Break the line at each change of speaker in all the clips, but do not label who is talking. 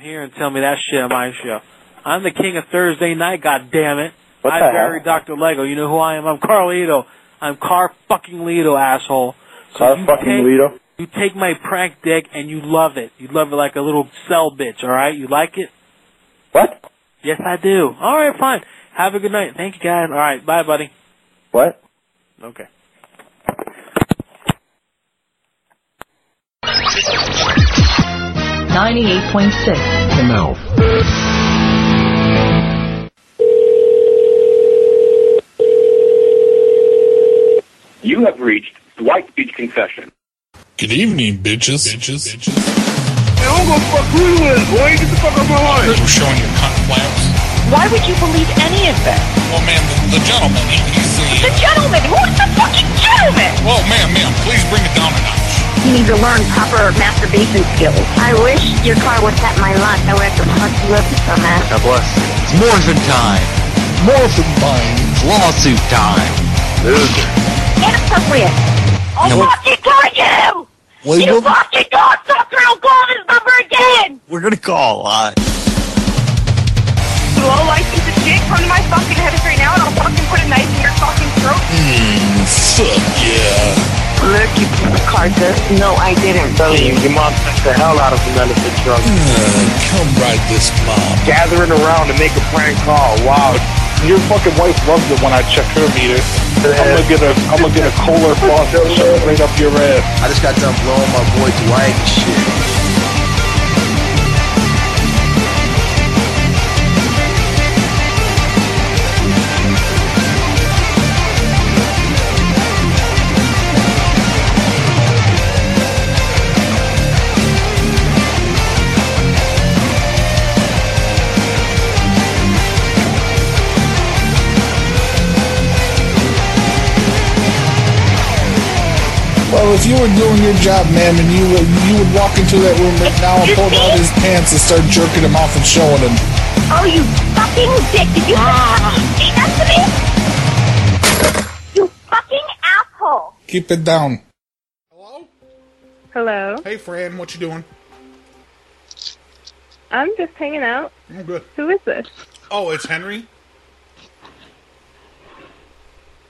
here and tell me that shit on my show. I'm the king of Thursday night, God damn it.
What
I
the
buried Dr. Lego. You know who I am? I'm Carlito. I'm Car fucking Lito, asshole. So
Car
you
fucking
take-
Lito.
You take my prank dick and you love it. You love it like a little cell bitch, alright? You like it?
What?
Yes, I do. Alright, fine. Have a good night. Thank you, guys. Alright, bye, buddy.
What?
Okay.
Ninety-eight point six.
ML.
You have reached Dwight Beach Confession.
Good evening, bitches. Bitches.
I'm gonna fuck who you is, boy. Get the fuck out my line.
We're showing your cunt flaps.
Why would you believe any of this?
Well, ma'am, the, the gentleman, he, he's
The
the...
gentleman. Who is the fucking gentleman?
Well, ma'am, ma'am, please bring it down a notch.
You need to learn proper masturbation skills. I wish your car was at my lot. I would have to punch you up some ass.
It's morphin' time. Morphin' time. It's lawsuit time.
Inappropriate. I'll
Yeah, but-
fucking kill you!
Wait,
You
we'll-
fucking cocksucker! I'll call this number again!
we're gonna call a lot.
You low life piece of shit, come to my fucking head right now and I'll fucking put a knife in your fucking throat.
Fuck yeah.
Look, you piece of carcass. No, I didn't.
Telling you, your mom punched the hell out of him out of the drunk.
Come right this mom.
Gathering around to make a prank call. Wow.
Your fucking wife loves it when I check her meter. I'm gonna get a, I'm gonna get a Kohler faucet and shove it right up your ass.
I just got done blowing my boy Dwight and shit.
Well, if you were doing your job, ma'am, and you would, you would walk into that room right now and pull down his pants and start jerking him off and showing him.
Oh, you fucking dick. Did you fucking say that to me? You fucking asshole.
Keep it down. Hello?
Hello.
Hey, Fran, what you doing?
I'm just hanging out.
I'm good.
Who is this?
Oh, it's Henry?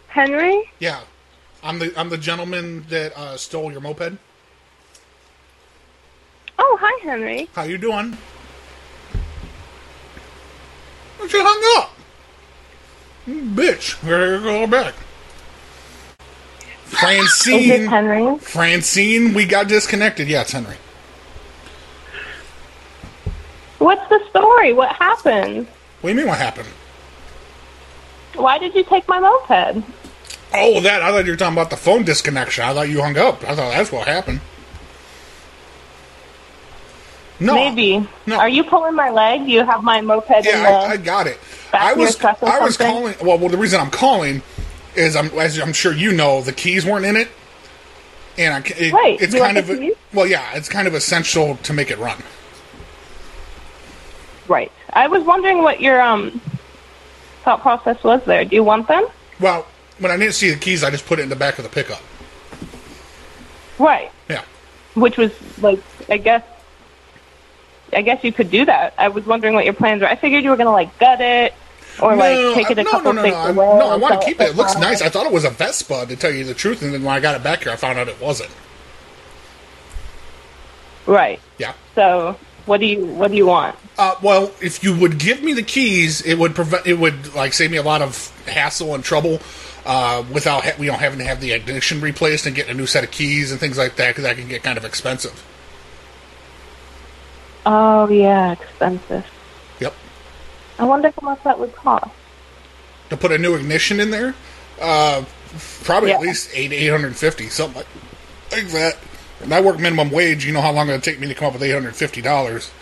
Henry?
Yeah. I'm the I'm the gentleman that uh, stole your moped.
Oh, hi, Henry.
How you doing? But you hung up. Bitch, gotta go back.
Is this
Francine,
Henry?
Francine, we got disconnected. Yeah, it's Henry.
What's the story? What happened?
What do you mean? What happened?
Why did you take my moped?
Oh, that I thought you were talking about the phone disconnection. I thought you hung up. I thought that's what happened. No,
Maybe.
no.
Are you pulling my leg? You have my moped in
Yeah,
the.
I, I got it.
Back
I
of your
was
truck or
I was
something?
calling. Well, well, the reason I'm calling is I'm as I'm sure you know the keys weren't in it, and I ca- it,
Right,
it's
you want
kind of
the keys?
well, yeah, it's kind of essential to make it run.
Right. I was wondering what your um thought process was there. Do you want them?
Well, when I didn't see the keys, I just put it in the back of the pickup.
Right.
Yeah.
Which was like, I guess. I guess you could do that. I was wondering what your plans were. I figured you were gonna like gut it, or like take it
I-
a
no,
couple
no, no,
things
no, I-
away.
no, I
or
want to
sell
keep it. It looks
for
nice. I thought it was a Vespa, to tell you the truth, and then when I got it back here, I found out it wasn't.
Right.
Yeah.
So, what do you what do you want?
Uh, well, if you would give me the keys, it would prevent. It would like save me a lot of hassle and trouble uh, without ha- you know having to have the ignition replaced and getting a new set of keys and things like that because that can get kind of expensive.
Oh yeah, expensive.
Yep.
I wonder how much that would cost.
To put a new ignition in there, uh, probably at
Yeah.
least eight eight hundred fifty something like, like that. And I work minimum wage. You know how long it'll take me to come up with eight hundred fifty dollars.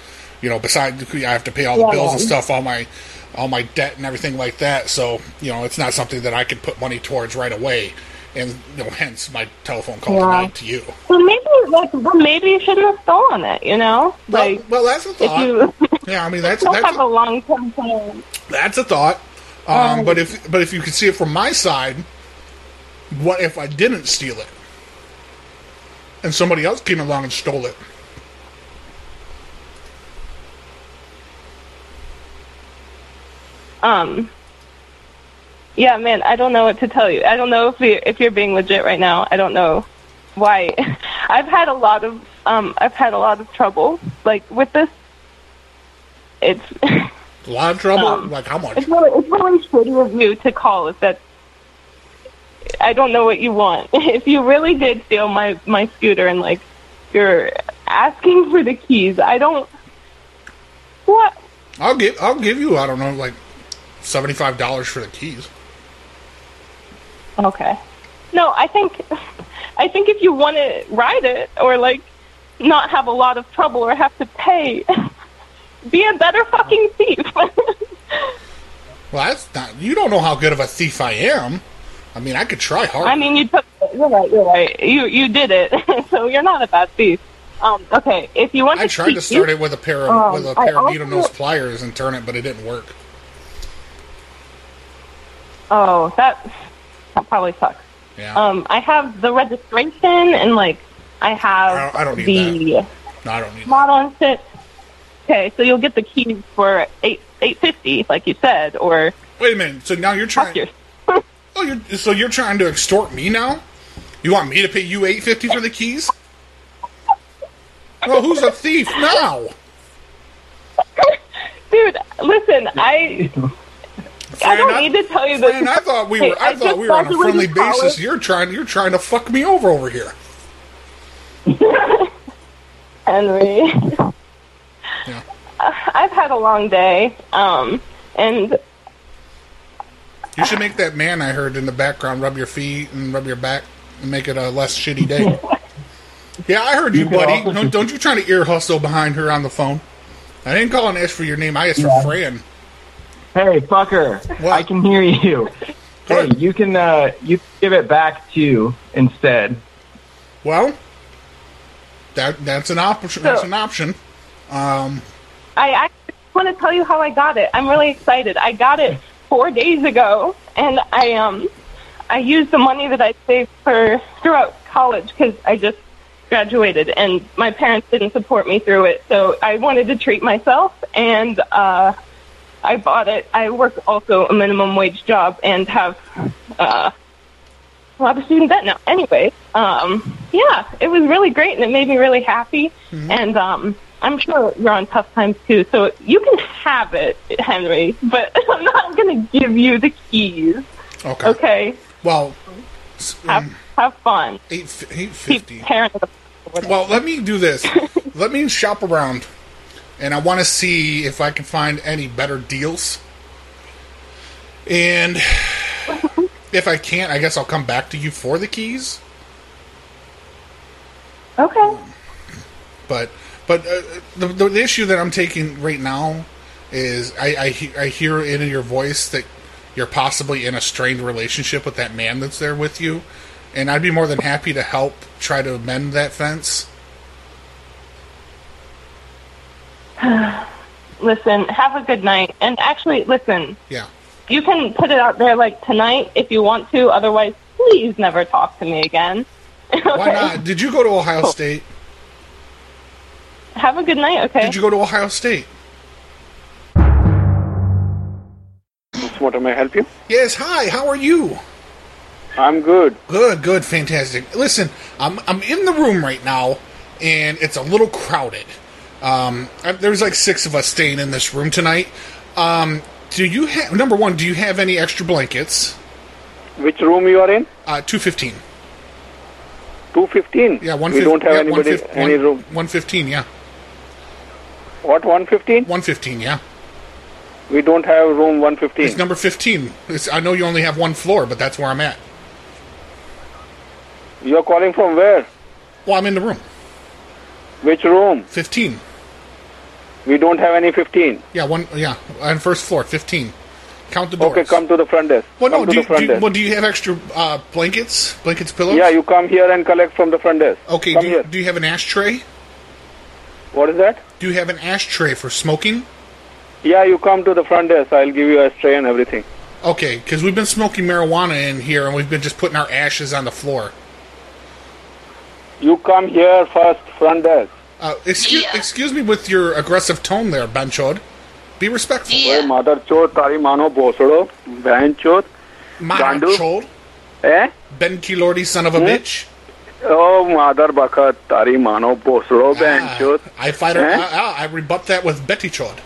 You know, besides I have to pay all the
Yeah,
bills and
yeah.
stuff, all my all my debt and everything like that. So you know, it's not something that I could put money towards right away. And you know, hence my telephone call
Yeah.
tonight to you.
Well, maybe like well, maybe you shouldn't have stolen it. You know, like
well, well, that's a
if
thought.
you
yeah, I mean that's
don't
that's
have a long term plan.
That's a thought.
Oh.
Um, but if but if you could see it from my side, what if I didn't steal it, and somebody else came along and stole it?
Um, yeah, man, I don't know what to tell you. I don't know if you're, if you're being legit right now. I don't know why. I've had a lot of um, I've had a lot of trouble like with this. It's
A lot of trouble?
Oh.
like, how much?
it's really it's really shitty of you to call if that. I don't know what you want. If you really did steal my my scooter and like you're asking for the keys, I don't. What?
I'll give I'll give you I don't know like seventy five dollars for the keys.
Okay. No, I think I think if you want to ride it or like not have a lot of trouble or have to pay, be a better fucking thief.
Well, that's not you don't know how good of a thief I am. I mean, I could try hard.
I mean, you took it. You're right. You're right. You you did it. so you're not a bad thief. Um, okay. If you want
I
to
tried to
cheat,
start it with a pair of
Um,
with a
I
pair of needle
also-
nose pliers and turn it, but it didn't work.
Oh, that that probably sucks.
Yeah.
Um, I have the registration and like I have
I don't- I don't need
the
No, I don't need.
model and shit. Okay, so you'll get the keys for eight eight fifty, like you said, or
Wait a minute. So now you're trying. oh, you're so you're trying to extort me now? You want me to pay you eight fifty for the keys? Well, who's a thief now?
dude, listen, I I don't
I-
need to tell you this.
Fran, I thought we
Hey,
were. I,
just
thought we were on a friendly
graduated college.
basis. You're trying. You're trying to fuck me over over here.
Henry. Uh, I've had a long day, um, and
You should make that man I heard in the background rub your feet and rub your back and make it a less shitty day. yeah, I heard you,
could
buddy.
also-
Don't, don't you try to ear hustle behind her on the phone. I didn't call and ask for your name. I asked for Fran.
Hey, fucker! I can hear you. Hey, you can uh, you can give it back to you instead.
Well, that that's an option. That's an option. Um,
I actually want to tell you how I got it. I'm really excited. I got it four days ago, and I um, I used the money that I saved for throughout college because I just graduated, and my parents didn't support me through it, so I wanted to treat myself, and uh, I bought it. I work also a minimum wage job and have uh, a lot of student debt now. Anyway, um, yeah, it was really great and it made me really happy.
Mm-hmm.
And um, I'm sure you're on tough times too, so you can have it, Henry. But I'm not going to give you the keys.
Okay. Mm.
Okay.
Well, um,
have have fun.
Eight eight
fifty. Parents.
Well, let me do this. let me shop around, and I want to see if I can find any better deals. And if I can't, I guess I'll come back to you for the keys.
Okay.
Mm. But but uh, the, the the issue that I'm taking right now is I I, he- I hear in your voice that you're possibly in a strained relationship with that man that's there with you, and I'd be more than happy to help try to mend that fence.
listen, have a good night. And actually, listen,
Yeah.
you can put it out there like tonight if you want to. Otherwise, please never talk to me again.
Why not? Did you go to Ohio State?
Have a good night, okay?
Did you go to Ohio State?
What am I help you?
Yes. Hi. How are you?
I'm good.
Good. Good. Fantastic. Listen, I'm I'm in the room right now, and it's a little crowded. Um, I- there's like six of us staying in this room tonight. Um, do you have number one? Do you have any extra blankets?
Which room you are in?
Uh, two fifteen.
Two fifteen.
Yeah, one.
We don't have
yeah,
anybody
115
any room.
One fifteen. Yeah.
What one fifteen?
One fifteen. Yeah.
We don't have room one
It's
fifteen.
number fifteen. It's, I know you only have one floor, but that's where I'm at.
You are calling from where?
Well, I'm in the room.
Which room?
Fifteen.
We don't have any fifteen.
Yeah. One. Yeah. On first floor, fifteen. Count the doors.
Okay, come to the front desk.
Well,
come
no.
to
Do you,
the front
do you,
desk.
well, do you have extra uh, blankets, blankets, pillows?
yeah, you come here and collect from the front desk.
Okay.
Come
Do you,
here.
do you have an ashtray?
What is that?
Do you have an ashtray for smoking?
Yeah, you come to the front desk. I'll give you a tray and everything.
Okay, because we've been smoking marijuana in here, and we've been just putting our ashes on the floor.
You come here first, front desk.
Uh, excuse, excuse me with your aggressive tone there, Benchod. Be respectful.
Yeah. Mother chod, tari mano bosoro, band chod,
Mother
Gandu.
chod.
Eh?
Ben Kilordi, son of a
Hmm?
bitch.
Oh, mother bakat, tari mano bosoro, band chod.
Ah, I fight. Ah,
Eh?
I, I, I rebut that with Betty chod.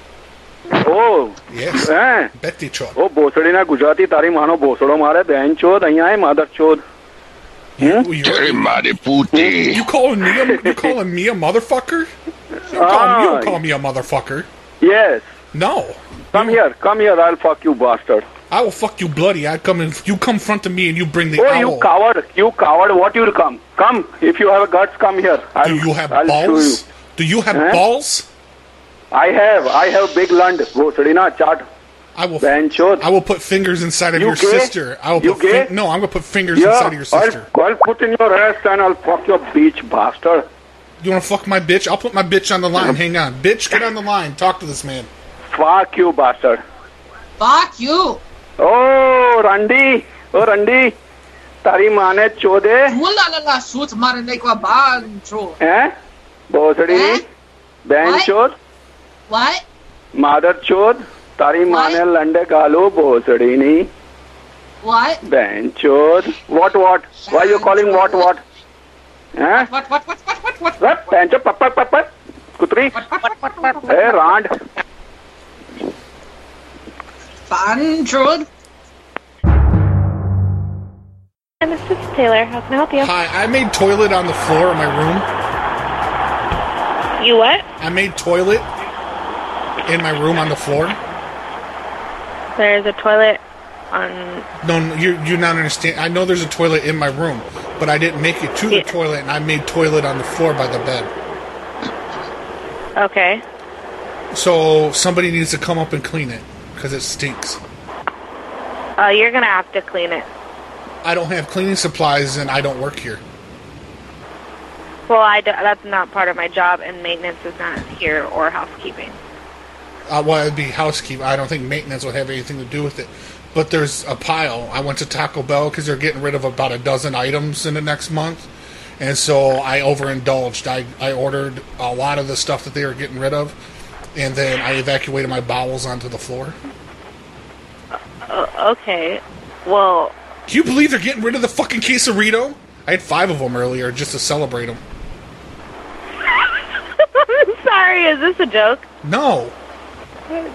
Oh.
Yes.
Eh?
Betty chod.
Oh, ભોસડીના Gujarati તારી માનો ભોસડો મારે બેન ચોદ અહીંયા એ માધર ચોદ
You calling me? A, you calling me a motherfucker? You, call, you don't call me a motherfucker.
Yes.
No.
Come here. Come here. I'll fuck you, bastard.
I will fuck you bloody. I come in. You come front to me and you bring the
Oh,
owl.
you coward! You coward! What you'll come? Come if you have guts. Come here. I'll,
Do you have
I'll
balls?
Show you.
Do you have
Huh?
balls?
I have. I have big lund. ભોસડીના chaat.
I will.
બેન ચોદ.
I will put fingers inside of
You
your
gay?
sister. I will
You
put fin-
gay?
no, I'm gonna put fingers
Yeah,
inside of your sister.
I'll, I'll put in your ass and I'll fuck your bitch, bastard.
You wanna fuck my bitch? I'll put my bitch on the line. Hang on, bitch, get on the line. Talk to this man.
Fuck you, bastard.
Fuck you.
Oh, Randy. Oh, Randy. તારી માને ચોદે
Mulalala shoot marinekwa bancho.
હે ભોસડી બેન ચોદ
What?
માધર ચોદ તારી માને લંડે ગાલો ભોસડીની
What?
બેન ચોદ what what why you calling what what hey
What? What? What? What? What? What?
What બેન ચોદ પપ્પા પપ્પા કુતરી એ રાંડ
Bancho.
And this is Taylor. How can I help you?
Hi, I made toilet on the floor of my room.
You what?
I made toilet in my room on the floor.
There's a toilet on.
No, no, you you not understand. I know there's a toilet in my room, but I didn't make it to the toilet, and I made toilet on the floor by the bed.
Okay.
So somebody needs to come up and clean it because it stinks.
Oh, you're gonna have to clean it.
I don't have cleaning supplies, and I don't work here.
Well, I do, that's not part of my job, and maintenance is not here or housekeeping.
Uh, well, it'd be housekeeping. I don't think maintenance would have anything to do with it. But there's a pile. I went to Taco Bell because they're getting rid of about a dozen items in the next month. And so I overindulged. I, I ordered a lot of the stuff that they were getting rid of. And then I evacuated my bowels onto the floor.
Oh, okay. Well,
Can you believe they're getting rid of the fucking quesarito? I had five of them earlier just to celebrate them.
I'm sorry. Is this a joke?
No,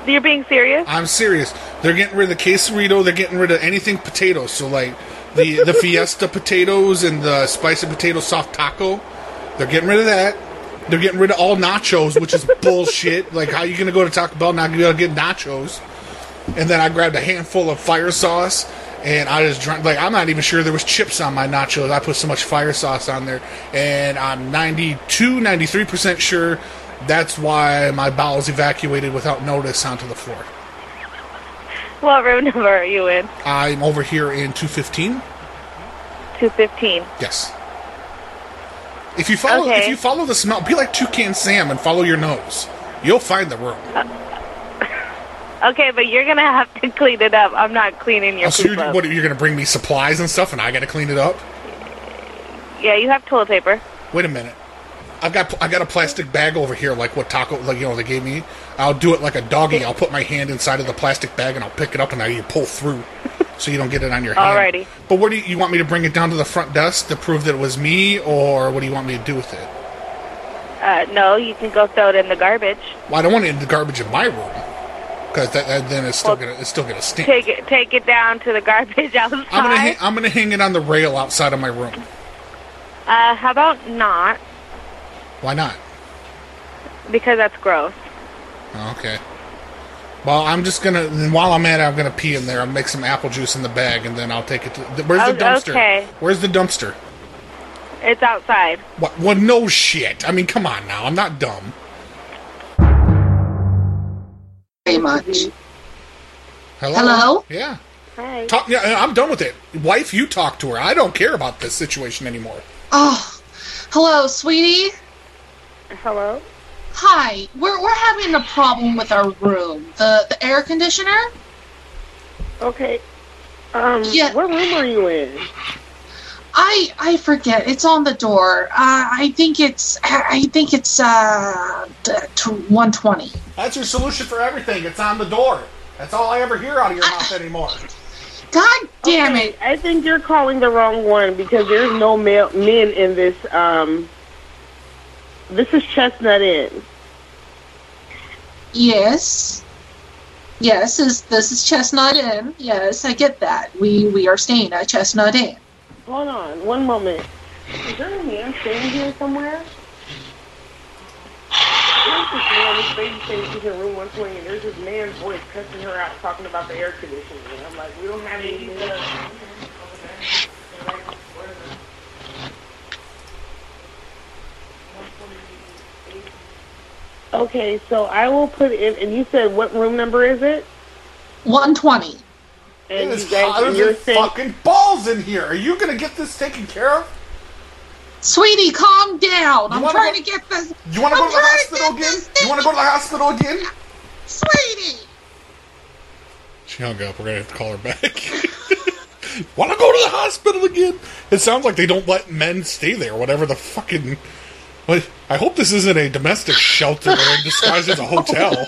You're being serious?
I'm serious. They're getting rid of the quesarito. They're getting rid of anything potato. So like the the Fiesta potatoes and the spicy potato soft taco. They're getting rid of that. They're getting rid of all nachos, which is bullshit. Like how you gonna go to Taco Bell not gonna get nachos? And then I grabbed a handful of fire sauce. And I just drank, like, I'm not even sure there was chips on my nachos. I put so much fire sauce on there. And I'm 92, 93% sure that's why my bowels evacuated without notice onto the floor.
What room number are you in?
I'm over here in 215.
215.
Yes. If you follow, if
Okay.
you follow the smell, be like Toucan Sam and follow your nose. You'll find the room.
Okay, but you're gonna have to clean it up. I'm not cleaning your
Oh, so
poop
you're,
up.
what, you're gonna bring me supplies and stuff, and I gotta clean it up.
Yeah, you have toilet paper.
Wait a minute. I've got I got a plastic bag over here, like what taco, like you know they gave me. I'll do it like a doggy. I'll put my hand inside of the plastic bag and I'll pick it up and I you pull through, so you don't get it on your hand.
Alrighty.
But what do you, you want me to bring it down to the front desk to prove that it was me, or what do you want me to do with it?
Uh, no, you can go throw it in the garbage.
Well, I don't want it in the garbage in my room because that, that, then it's still gonna it's still gonna stink.
Take it, take it down to the garbage outside.
I'm gonna hang, I'm gonna hang it on the rail outside of my room.
uh, how about not?
Why not?
Because that's gross.
Oh, Okay. Well, I'm just gonna. and While I'm at it, I'm gonna pee in there. I'll make some apple juice in the bag, and then I'll take it. To, th- where's the
Oh,
dumpster?
okay.
Where's the dumpster?
It's outside.
What? Well, no shit. I mean, come on now. I'm not dumb.
Very much.
Hello.
Hello?
Yeah.
Hi.
Talk. Yeah, I'm done with it. Wife, you talk to her. I don't care about this situation anymore.
Oh, hello, sweetie.
Hello.
Hi. We're we're having a problem with our room. The the air conditioner.
Okay. Um.
Yeah.
What room are you in?
I I forget. It's on the door. Uh, I think it's I think it's uh one twenty.
That's your solution for everything. It's on the door. That's all I ever hear out of your mouth anymore.
God
damn it! I think you're calling the wrong one because there's no male, men in this. Um, this is Chestnut Inn.
Yes. Yes, is this is Chestnut Inn. Yes, I get that. We we are staying at Chestnut Inn.
Hold on, one moment. Is there a man staying here somewhere? There's this man, this baby said she's in room 120, and there's this man's voice cussing her out, talking about the air conditioning. And I'm like, we don't have any. Okay, so I will put in, and you said what room number is it?
120.
It
And
is
you guys,
hotter
and you're
than
saying,
fucking balls in here. Are you gonna get this taken care of?
Sweetie, calm down. I'm
wanna
trying
go-
to get this.
You wanna
I'm
go to the
trying
hospital
get
again?
this
You wanna go to the hospital again?
Sweetie.
She hung up. We're gonna have to call her back. Wanna go to the hospital again? It sounds like they don't let men stay there. Whatever the fucking. What- I hope this isn't a domestic shelter or disguised as a hotel.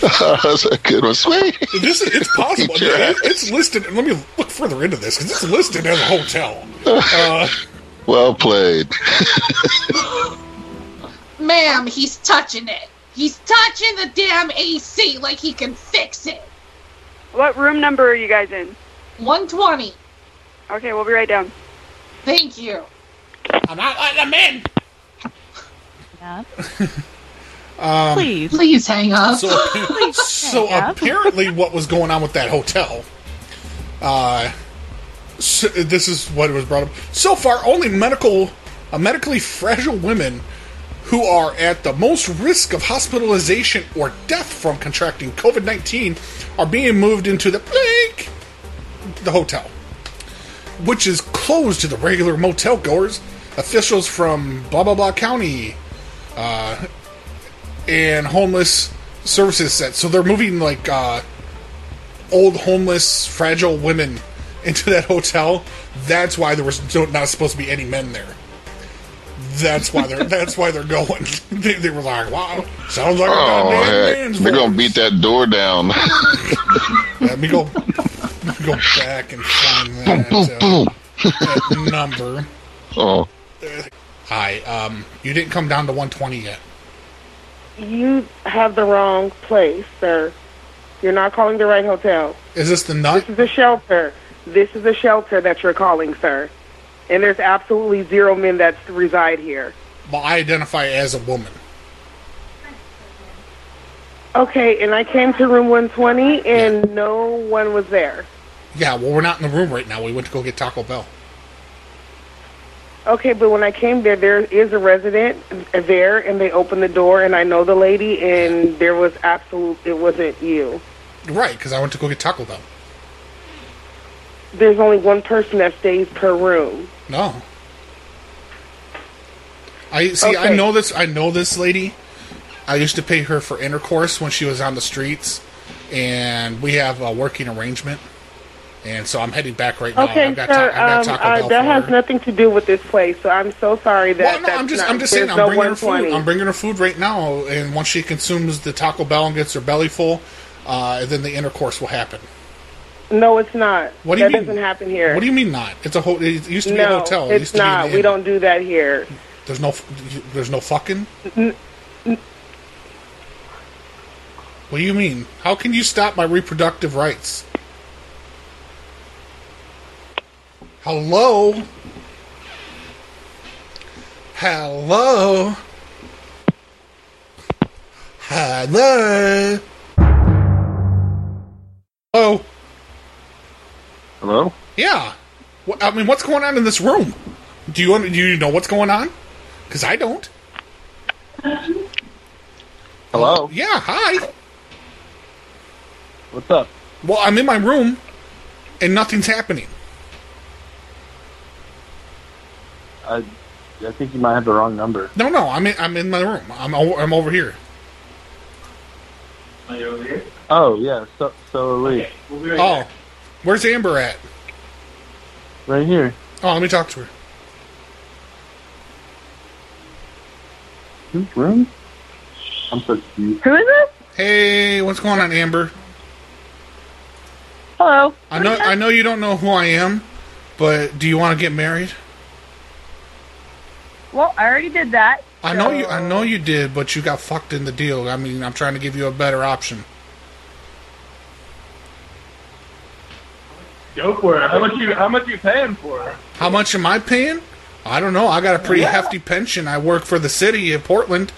That's a good one. Sweet.
This is, it's possible.
Sure.
It- it's listed. Let me look further into this because it's listed as a hotel. Uh,
Well played.
Ma'am, he's touching it. He's touching the damn AC like he can fix it.
What room number are you guys in?
120.
Okay, we'll be right down.
Thank you.
I'm not letting him in. um,
Please. Please hang up.
So, appa- so apparently, what was going on with that hotel? Uh, so, this is what was brought up. So far, only medical, uh, medically fragile women who are at the most risk of hospitalization or death from contracting COVID nineteen are being moved into the blink, the hotel, which is closed to the regular motel goers. Officials from blah blah blah county. Uh, and homeless services set. So they're moving like uh, old homeless, fragile women into that hotel. That's why there was no- not supposed to be any men there. That's why they're that's why they're going. they, they were like, "Wow, sounds like a
Oh,
goddamn
heck.
man's
They're
voice."
going to beat that door down.
Let me go. Let me go back and find that,
Boom, boom,
uh, that number.
oh.
Hi, um, you didn't come down to 120 yet.
you have the wrong place, sir. You're not calling the right hotel.
Is this the nut?
This is a shelter. This is a shelter that you're calling, sir. And there's absolutely zero men that reside here.
Well, I identify as a woman.
Okay, and I came to room 120 and no one was there.
Yeah, well, we're not in the room right now. We went to go get Taco Bell.
Okay, but when I came there, there is a resident there, and they opened the door, and I know the lady, and there was absolute, it wasn't you.
Right, because I went to go get Taco Bell.
There's only one person that stays per room.
No. I see. I
Okay.
know this. I know this lady. I used to pay her for intercourse when she was on the streets, and we have a working arrangement. And so I'm heading back right now.
okay,
Oh, I've got,
sir,
ta- I've got
um,
Taco
uh,
Bell
that
for
has
her.
nothing to do with this place, so I'm so sorry that
Well, no,
that's
I'm just,
not,
I'm just saying,
there's
I'm
no
bringing her food.
120.
I'm bringing her food right now, and once she consumes the Taco Bell and gets her belly full, uh, then the intercourse will happen.
No, it's not.
What do you
that
mean?
doesn't happen here.
What do you mean not? It's a ho- It used to be
no,
a hotel. it
it's
used to
not.
Be an
we
inn.
don't do that here.
There's no. f- There's no fucking. What do you mean? How can you stop my reproductive rights? Hello. Hello. Hello. Hello.
Hello?
Yeah. Wh- I mean, what's going on in this room? Do you do you know what's going on? Because I don't.
Hello?
Yeah. Hi.
What's up?
Well, I'm in my room, and nothing's happening.
I, I think you might have the wrong number.
No, no. I'm in. I'm in my room. I'm. o- I'm over here.
Are you over here? Oh, yeah. So, so are we.
oh, where's Amber at?
Right here.
Oh, let me talk to her.
Whose room? I'm so confused.
Who is this? Hey, what's going on, Amber?
Hello.
I know I know you don't know who I am, but do you want to get married?
Well, I already did that.
I know you I know you did, but you got fucked in the deal. I mean, I'm trying to give you a better option.
Go for it. How much you How much you paying for it?
How much am I paying? I don't know. I got a pretty hefty pension. I work for the city of Portland,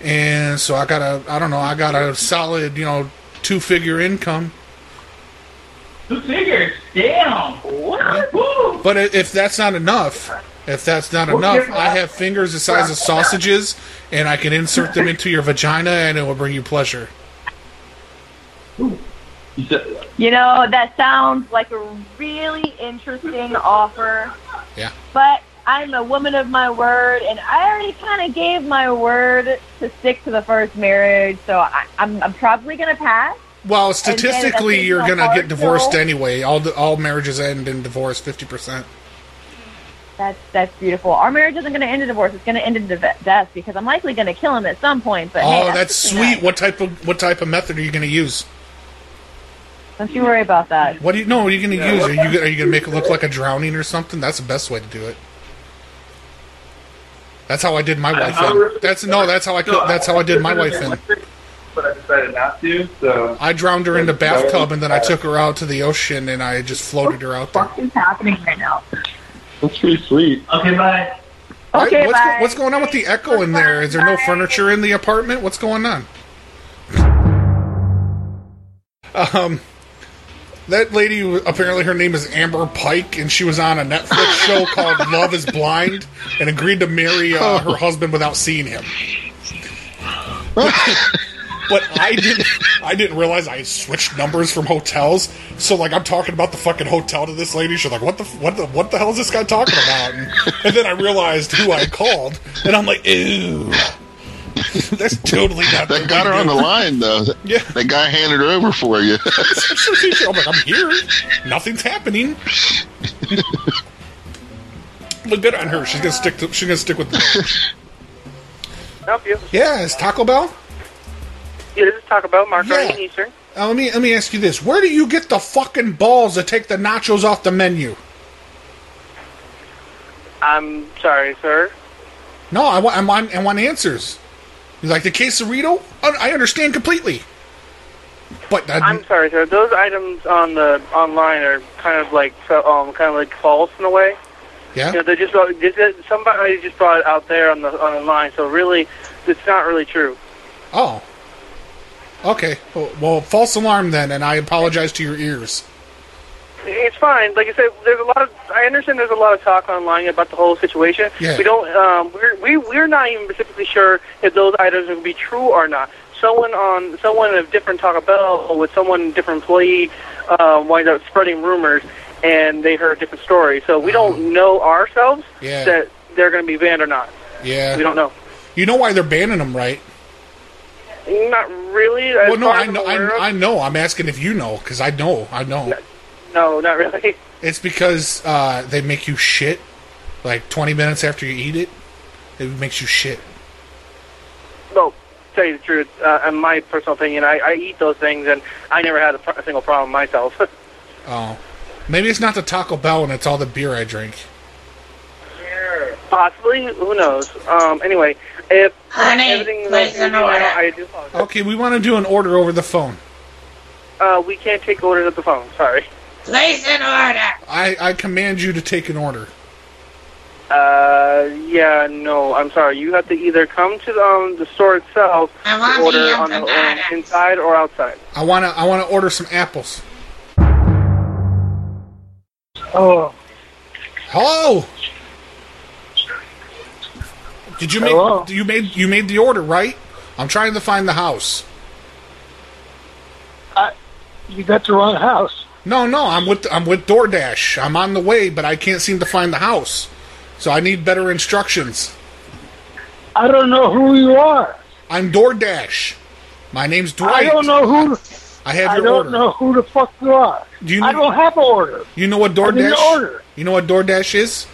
and so I got a I don't know. I got a solid you know two figure income.
Two figures. Damn. What? Woo.
But i- if that's not enough, if that's not enough, I have fingers the size of sausages, and I can insert them into your vagina, and it will bring you pleasure.
You said,
You know, that sounds like a really interesting offer.
Yeah.
But I'm a woman of my word, and I already kind of gave my word to stick to the first marriage, so I, I'm, I'm probably going to pass.
Well,
And then if I
statistically,
think
you're
my
gonna
heart
get divorced
no,
anyway. All the, all marriages end in divorce, fifty percent.
That's that's beautiful. Our marriage isn't going to end in divorce. It's going to end in div- death because I'm likely going to kill him at some point. But hey,
Oh,
that's
that's sweet. What type of what type of method are you gonna use?
Don't you worry about that.
What do you know? Are you gonna use? Are you gonna- are you gonna make it look like a drowning or something? That's the best way to do it. That's how I did my wife in. That's no. That's how I. could- That's how I did my wife in.
But I decided not to. So
I drowned her in the bathtub and then I took her out to the ocean and I just floated her out there.
What's happening right now?
that's pretty sweet.
Okay, bye.
Why- what's, go- what's going on with the echo in there? Is there no furniture in the apartment? What's going on? Um, that lady wa- apparently her name is Amber Pike, and she was on a Netflix show called Love Is Blind, and agreed to marry uh, her husband without seeing him. but I didn't. I didn't realize I switched numbers from hotels. So like I'm talking about the fucking hotel to this lady. She's like, "What the f- what the what the hell is this guy talking about?" And, and then I realized who I called, and I'm like, "Ew, that's totally not."
That got her on the line, though. Yeah. That guy handed her over for you.
I'm like, I'm here. Nothing's happening. Look good on her. She's gonna stick. To, she's gonna stick with. The
Help you.
yeah, it's Taco Bell.
Yeah, this is Taco Bell, Mark
Yeah.
Ryan Eastern.
Uh, let me let me ask you this: Where do you get the fucking balls to take the nachos off the menu?
I'm sorry, sir.
No, I want I want, I want answers. You like the quesarito? I I understand completely. But that,
I'm sorry, sir. Those items on the online are kind of like so, um, kind of like false in a way.
Yeah.
You know, they just brought- just uh, somebody just brought it out there on the online, so really, it's not really true.
oh, okay. Well, well, false alarm then, and I apologize to your ears.
It's fine. Like I said, there's a lot of. I understand there's a lot of talk online about the whole situation.
Yeah.
We don't. Um, we're we, we're not even specifically sure if those items would be true or not. Someone on someone of different Taco Bell or with someone different employee uh, winds up spreading rumors, and they heard different stories. So we don't know ourselves
Yeah.
that they're going to be banned or not.
Yeah.
We don't know.
You know why they're banning them, right?
Not really. As
well, no,
far as
I
I'm
know,
aware of.
I, I know. I'm asking if you know because I know, I know.
No, not really.
It's because uh, they make you shit like 20 minutes after you eat it. It makes you shit.
Well, tell you the truth, uh, in my personal opinion, I, I eat those things, and I never had a, pro- a single problem myself.
Oh, maybe it's not the Taco Bell and it's all the beer I drink.
Possibly, who knows? Um, anyway, if everything
place an order.
I do apologize.
Okay, we want to do an order over the phone.
Uh, we can't take orders at the phone. Sorry.
Place an order.
I, I command you to take an order.
Uh, yeah, no, I'm sorry. You have to either come to the, um, the store itself
want
to order
the
on the um, inside or outside.
I wanna I wanna order some apples.
Oh.
Hello. Did you make
Hello?
you made you made the order right? I'm trying to find the house.
You got the wrong house.
No, no, I'm with I'm with DoorDash. I'm on the way, but I can't seem to find the house. So I need better instructions.
I don't know who you are.
I'm DoorDash. My name's Dwight.
I don't know who.
I have
I
your
don't
order.
know who the fuck you are.
Do you
I
know-
don't have an order.
You know what
I didn't
DoorDash?
order.
You know what DoorDash is?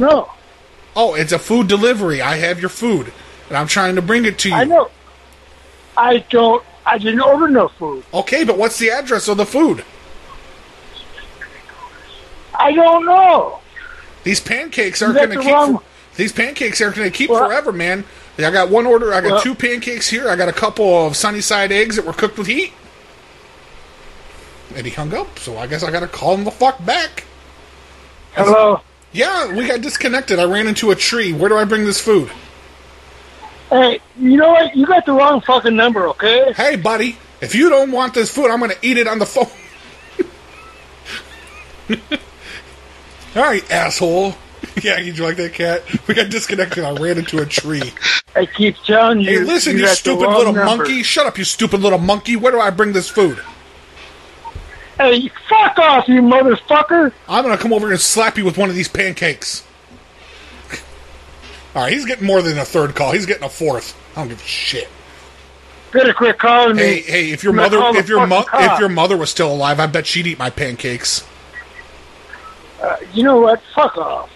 No.
Oh, it's a food delivery. I have your food, and I'm trying to bring it to you. I
know. I don't. I didn't order no food.
Okay, but what's the address of the food?
I don't know.
These pancakes aren't
That's
going to
the
keep.
wrong-
these pancakes aren't going to keep forever, man. I got one order. I got
Well-
two pancakes here. I got a couple of sunny side eggs that were cooked with heat. And he hung up, so I guess I got to call him the fuck back.
Hello.
Yeah, we got disconnected. I ran into a tree. Where do I bring this food?
Hey, you know what? You got the wrong fucking number, okay?
Hey, buddy, if you don't want this food, I'm going to eat it on the phone. All right, asshole. Yeah, you like that cat? We got disconnected. I ran into a tree.
I keep telling you.
Hey, listen,
you
you,
got the
stupid
wrong
little
number.
monkey. Shut up, you stupid little monkey. Where do I bring this food?
Hey, fuck off, you motherfucker.
I'm going to come over here and slap you with one of these pancakes. All right, he's getting more than a third call. He's getting a fourth. I don't give a shit.
Better quit calling me.
Hey, hey, if your
I'm gonna
mother,
call the
if your mo-
fucking
if
cops.
your mother was still alive, I bet she'd eat my pancakes.
Uh, you know what? Fuck off.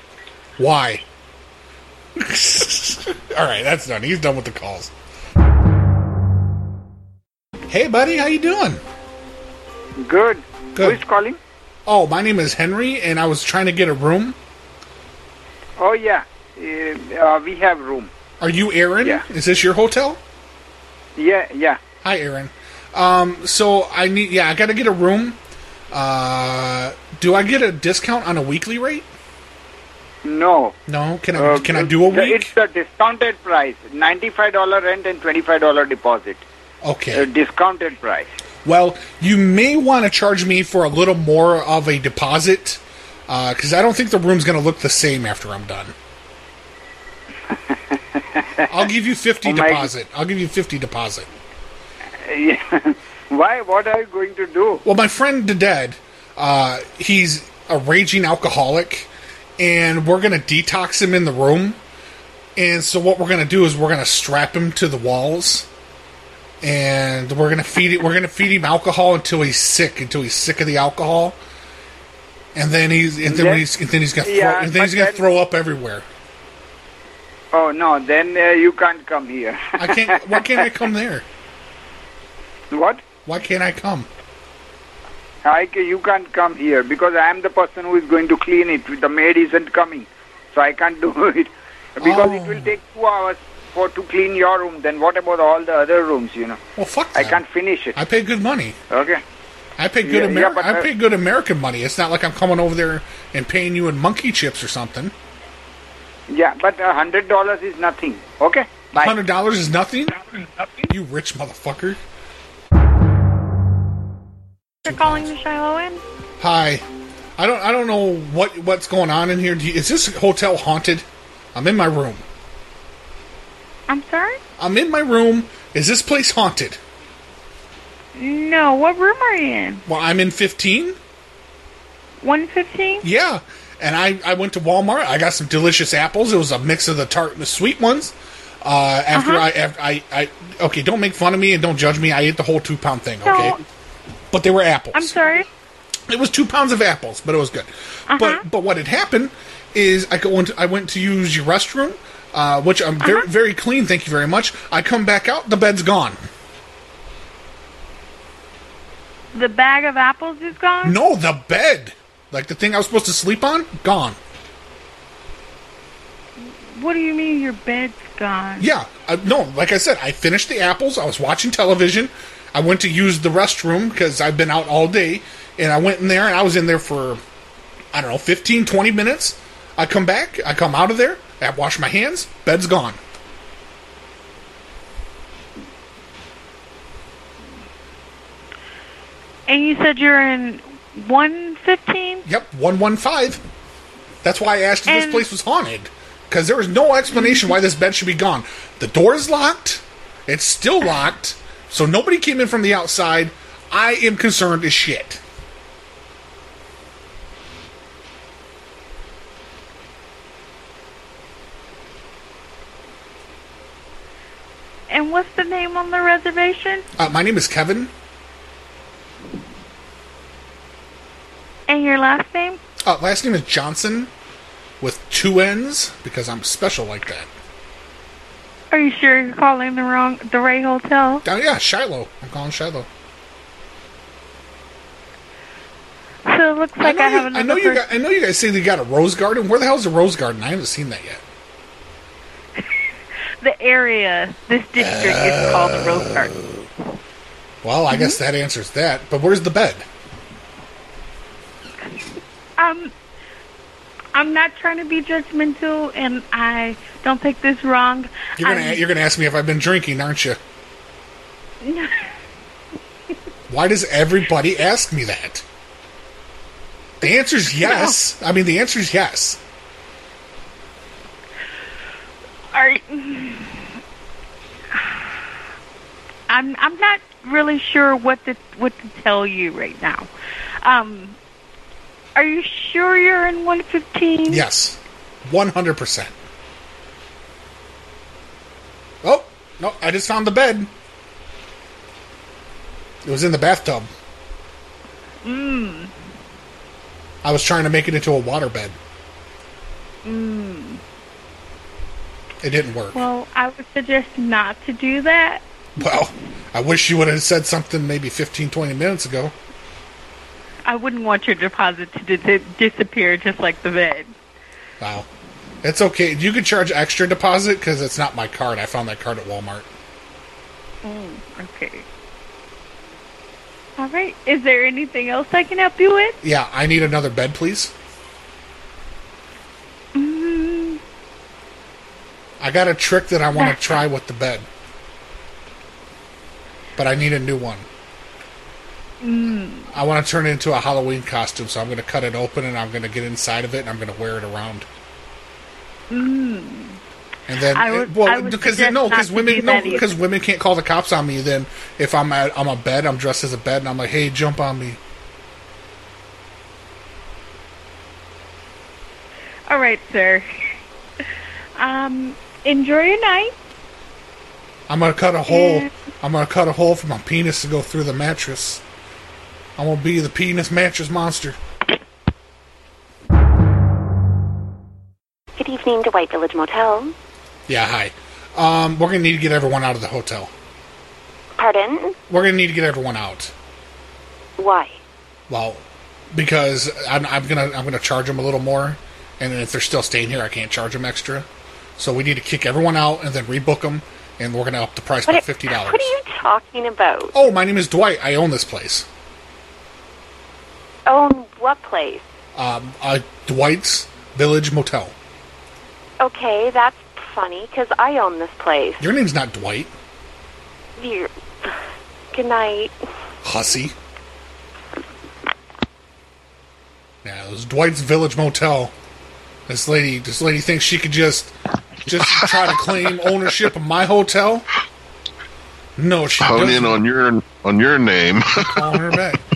Why? All right, that's done. He's done with the calls. Hey, buddy, how you doing?
Good.
Good.
Who's calling?
Oh, my name is Henry, and I was trying to get a room.
Oh yeah, uh, uh, we have room.
Are you Aaron? Yeah. Is this your hotel?
Yeah, yeah.
Hi, Aaron. Um, so I need. Yeah, I got to get a room. Uh, do I get a discount on a weekly rate?
No.
No. Can I?
Uh,
can I
Um,
do a
the-
week?
It's the discounted price: ninety-five dollar rent and twenty-five dollar deposit.
Okay.
Uh, discounted price.
Well, you may want to charge me for a little more of a deposit because I don't think the room's going to look the same after I'm done. I'll give you fifty
Oh my-
deposit. I'll give you fifty deposit.
Yeah. Why? What are you going to do?
Well, my friend Dead, uh, he's a raging alcoholic, and we're gonna detox him in the room. And so what we're gonna do is we're gonna strap him to the walls, and we're gonna feed it. We're gonna feed him alcohol until he's sick, until he's sick of the alcohol, and then he's and then
Yeah.
he's and then he's gonna throw,
Yeah,
and then he's
but
gonna
then-
throw up everywhere.
Oh no, then uh, you can't come here.
I can't. Why can't I come there?
What?
Why can't I come?
I ca- you can't come here because I am the person who is going to clean it. The maid isn't coming, so I can't do it because it will take two hours for to clean your room. Then what about all the other rooms? You know,
Well, fuck.
I
that.
can't finish it.
I pay good money.
Okay.
I pay good
Yeah,
Ameri-
yeah, but,
I
uh,
pay good American money. It's not like I'm coming over there and paying you in monkey chips or something.
Yeah, but a hundred dollars is nothing. Okay.
Hundred dollars is nothing. You rich motherfucker.
You're calling the Shiloh in?
Hi. I don't I don't know what what's going on in here. Do you, is this hotel haunted? I'm in my room.
I'm sorry?
I'm in my room. Is this place haunted?
No. What room are you in?
Well, I'm in 15.
115?
Yeah. And I, I went to Walmart. I got some delicious apples. It was a mix of the tart and the sweet ones. Uh, after I, after I, I, okay, don't make fun of me and don't judge me. I ate the whole two pound thing, okay?
No.
But they were apples.
I'm sorry?
It was two pounds of apples, but it was good. But but what had happened is I go into, I went to use your restroom, uh, which I'm very very clean. Thank you very much. I come back out, the bed's gone.
The bag of apples is gone?
No, the bed, like the thing I was supposed to sleep on, gone.
What do you mean your bed's gone?
Yeah, I, no, like I said, I finished the apples. I was watching television. I went to use the restroom because I've been out all day, and I went in there and I was in there for I don't know 15, 20 minutes. I come back, I come out of there, I wash my hands, bed's gone.
And you said you're in 115?
Yep, 115. That's why I asked if this
And-
place was haunted. Because there is no explanation why this bed should be gone. The door is locked. It's still locked. So nobody came in from the outside. I am concerned as shit.
And what's the name on the reservation?
Uh, my name is Kevin.
And your last name?
Uh, last name is Johnson with two N's because I'm special like that.
Are you sure you're calling the wrong, the right hotel?
Oh, yeah, Shiloh. I'm calling Shiloh.
So it looks like I, have
I
another.
know you
person-
got, I know you guys say they got a rose garden. Where the hell's the rose garden? I haven't seen that yet.
the area, this district is called
Uh.
the Rose Garden.
Well, I guess
Mm-hmm.
that answers that. But where's the bed?
Um, I'm not trying to be judgmental, and I don't take this wrong.
You're gonna
I'm-
you're gonna ask me if I've been drinking, aren't you? Why does everybody ask me that? The answer is yes. I mean, the answer is yes.
Are I'm I'm not really sure what to what to tell you right now. Um, are you sure you're in 115?
Yes. 100%. Oh, no, I just found the bed. It was in the bathtub.
Mm.
I was trying to make it into a water bed.
Mm.
It didn't work.
Well, I would suggest not to do that.
Well, I wish you would have said something maybe 15, 20 minutes ago.
I wouldn't want your deposit to di- di- disappear just like the bed.
Wow. It's okay. You could charge extra deposit because it's not my card. I found that card at Walmart.
Mm, okay. All right. Is there anything else I can help you with?
Yeah, I need another bed, please.
Mm,
I got a trick that I want to try with the bed. But I need a new one.
mm.
I want to turn it into a Halloween costume, so I'm going to cut it open and I'm going to get inside of it and I'm going to wear it around.
Mm.
And then,
I would-
it- well,
I would
because
suggest
no,
not
because
to
women
do
no,
that either.
because women can't call the cops on me. Then if I'm at I'm a bed, I'm dressed as a bed, and I'm like, hey, jump on me.
All right, sir. Um, enjoy your night.
I'm gonna cut a hole.
Yeah.
I'm gonna cut a hole for my penis to go through the mattress. I'm gonna be the penis mattress monster.
Good evening to White Village Motel.
Yeah, hi. Um, we're gonna need to get everyone out of the hotel.
Pardon?
We're gonna need to get everyone out.
Why?
Well, because I'm, I'm gonna I'm gonna charge them a little more, and then if they're still staying here, I can't charge them extra. So we need to kick everyone out and then rebook them, and we're gonna up the price by
What are-
fifty dollars.
What are you talking about?
Oh, my name is Dwight. I own this place.
Own what place?
Um, uh, Dwight's Village Motel.
Okay, that's funny because I own this place.
Your name's not Dwight,
you Good night.
hussy. Yeah, it was Dwight's Village Motel. This lady, this lady thinks she could just, just try to claim ownership of my hotel. No, she
Hone
doesn't.
in on your on your name.
calling her back.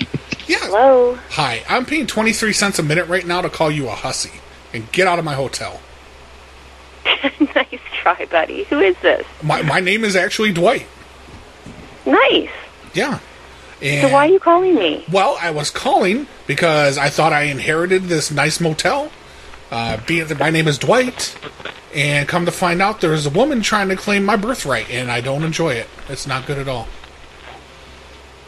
Yeah.
Hello.
Hi, I'm paying 23 cents a minute right now to call you a hussy and get out of my hotel.
nice try, buddy. Who is this?
My, my name is actually Dwight.
Nice.
Yeah.
So
And,
why are you calling me?
well, I was calling because I thought I inherited this nice motel. Uh, being that my name is Dwight, and come to find out there's a woman trying to claim my birthright, and I don't enjoy it. It's not good at all.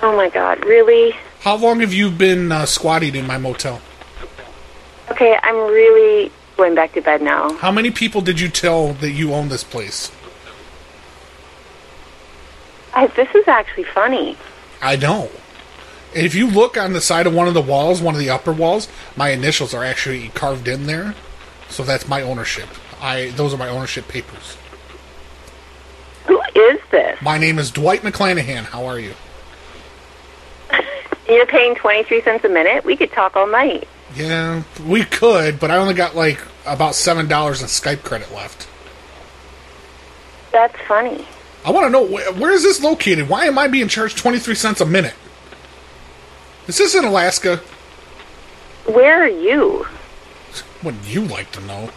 Oh my God, really?
How long have you been uh, squatting in my motel?
Okay, I'm really going back to bed now.
How many people did you tell that you own this place?
I, this is actually funny.
I know. If you look on the side of one of the walls, one of the upper walls, my initials are actually carved in there. So that's my ownership. I those are my ownership papers.
Who is this?
My name is Dwight McClanahan. How are you?
You're paying 23 cents a minute? We could talk all night.
Yeah, we could, but I only got like about seven dollars in Skype credit left.
That's funny.
I want to know wh- where is this located? Why am I being charged twenty three cents a minute? Is this in Alaska?
Where are you?
Wouldn't you like to know?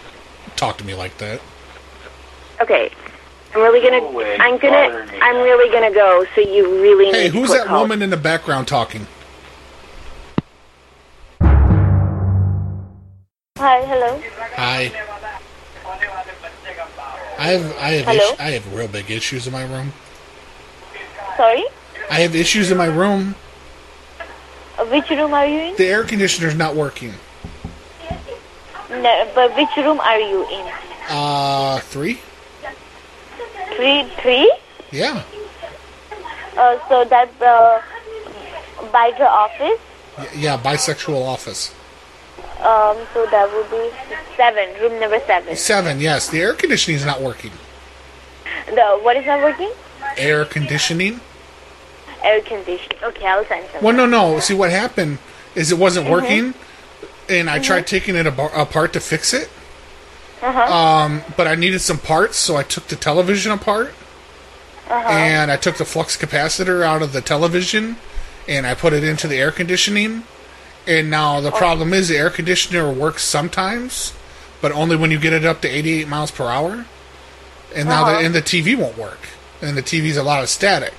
Talk to me like that.
Okay. I'm really gonna.
way,
I'm gonna. I'm really gonna go. So you really need.
Hey,
to
who's
quit
that
calling.
woman in the background talking?
Hi, hello.
Hi. I have I have
Hello?
iss- I have real big issues in my room.
Sorry?
I have issues in my room.
Uh, Which room are you in?
The air conditioner's not working.
No, but uh, which room are you in?
Uh, three.
Three, three?
Yeah.
Uh, so that uh, by the office,
Y- Yeah. Bisexual office.
um, so that would be seven, room number seven.
Seven. Yes. The air conditioning is not working.
The what is not working?
Air conditioning.
Air conditioning. Okay, Mm-hmm. I'll send some.
Well, no, no. See, what happened is it wasn't working, and
Mm-hmm.
I tried taking it abo- apart to fix it.
Uh-huh.
Um, but I needed some parts, so I took the television apart,
Uh-huh.
and I took the flux capacitor out of the television, and I put it into the air conditioning. And now
Oh.
the problem is the air conditioner works sometimes, but only when you get it up to 88 miles per hour. And now
Uh-huh.
the, and the TV won't work, and the TV's a lot of static.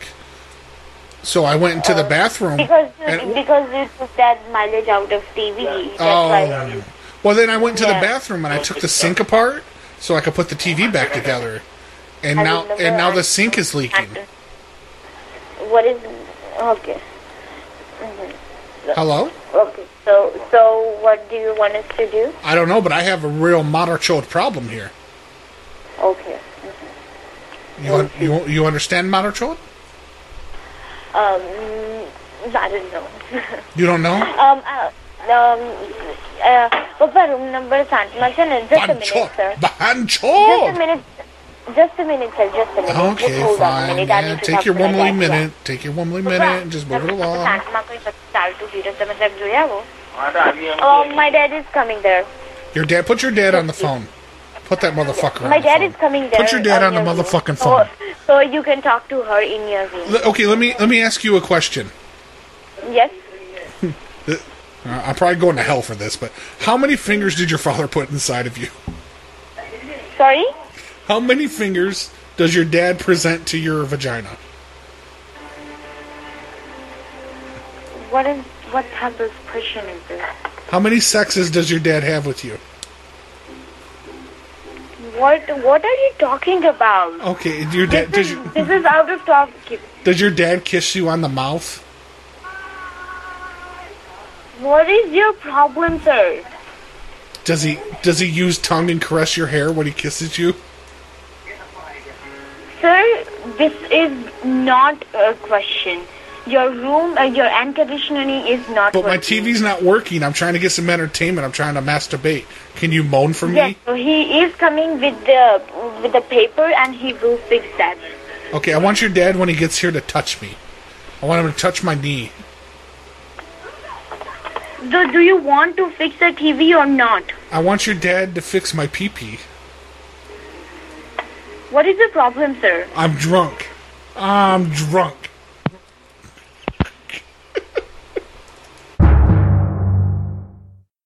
So I went into the bathroom.
Oh. Because uh,
and-
because you took that mileage out of TV. That's why.
Oh. Well, then I went to
Yeah.
the bathroom and I took the sink apart so I could put the TV back together. And
I
now
remember
and now
I-
the sink is leaking.
What is okay? Mhm.
Hello?
Okay. So so what do you want us to do?
I don't know, but I have a real modern child problem here.
Okay.
You un- you, you understand modern child?
Um, I don't know.
You don't know?
um, uh, um, uh, Papa, room number San Martin. Just a minute, sir.
Bancho!
Just a minute. Just a minute, sir. Just a minute. just
Oh. Okay,
hold on a
fine.
minute. I
Yeah,
need to
take
talk
your
to my
womanly
dad. Yeah.
minute. Take your womanly minute and just move it along.
સાંજમાં કોઈ ચાલતું period તમે સાહેબ જોઈ આવો Oh, my dad is coming there
Your dad put your dad on the phone. Put that motherfucker on.
My
the
dad
phone.
Is coming there
Put your dad on the motherfucking phone.
So you can talk to her in your
L-
room
Okay, let me let me ask you a question.
Yes
Uh, I'm probably going to hell for this, but how many fingers did your father put inside of you?
Sorry?
How many fingers does your dad present to your vagina?
what is what type of question is this
How many sexes does your dad have with you?
what what are you talking about
Okay, and your dad does, your,
this is out of topic
does your dad kiss you on the mouth?
what is your problem sir
Does he does he use tongue and caress your hair when he kisses you?
sir this is not a question your room uh, your air conditioning is not
But my
working.
TV's not working. I'm trying to get some entertainment. I'm trying to masturbate. Can you moan for me?
Yes, so he is coming with the with the paper and he will fix that.
Okay, I want your dad when he gets here to touch me. I want him to touch my knee.
Do, do you want to fix the TV or not?
I want your dad to fix my pee pee.
What is the problem, sir?
I'm drunk. I'm drunk.